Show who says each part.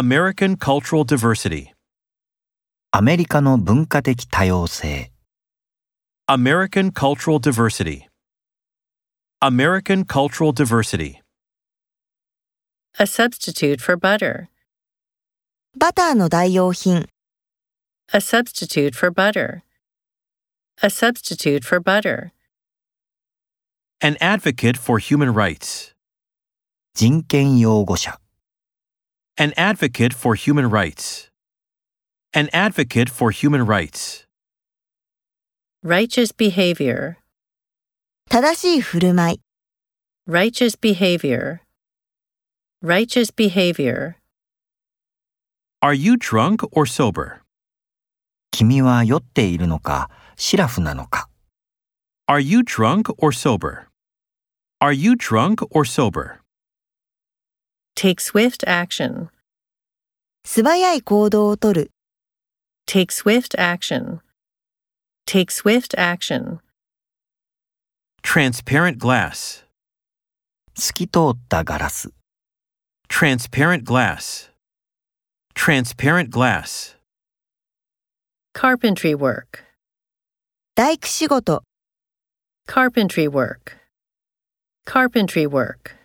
Speaker 1: American cultural diversity,
Speaker 2: アメリカの文化的多様性、
Speaker 1: American cultural diversity, American cultural diversity,
Speaker 3: a substitute for butter,
Speaker 4: バターの代用品、
Speaker 3: a substitute for butter, a substitute for butter,
Speaker 1: an advocate for human rights,
Speaker 2: 人権擁護者、
Speaker 1: an advocate for human rights, an advocate for human rights,
Speaker 3: righteous behavior,
Speaker 4: 正しい振る舞い、
Speaker 3: righteous behavior, righteous behavior,
Speaker 1: are you drunk or sober?
Speaker 2: 君は酔っているのか、シラフなのか、
Speaker 1: Are you drunk or sober? Are you drunk or sober?
Speaker 3: take swift action,
Speaker 4: 素早い行動をとる、
Speaker 3: take swift action, take swift action,
Speaker 1: Transparent glass,
Speaker 2: 透き通ったガラス、
Speaker 1: transparent glass, transparent glass,
Speaker 3: carpentry work,
Speaker 4: 大工仕事。
Speaker 3: carpentry work, carpentry work.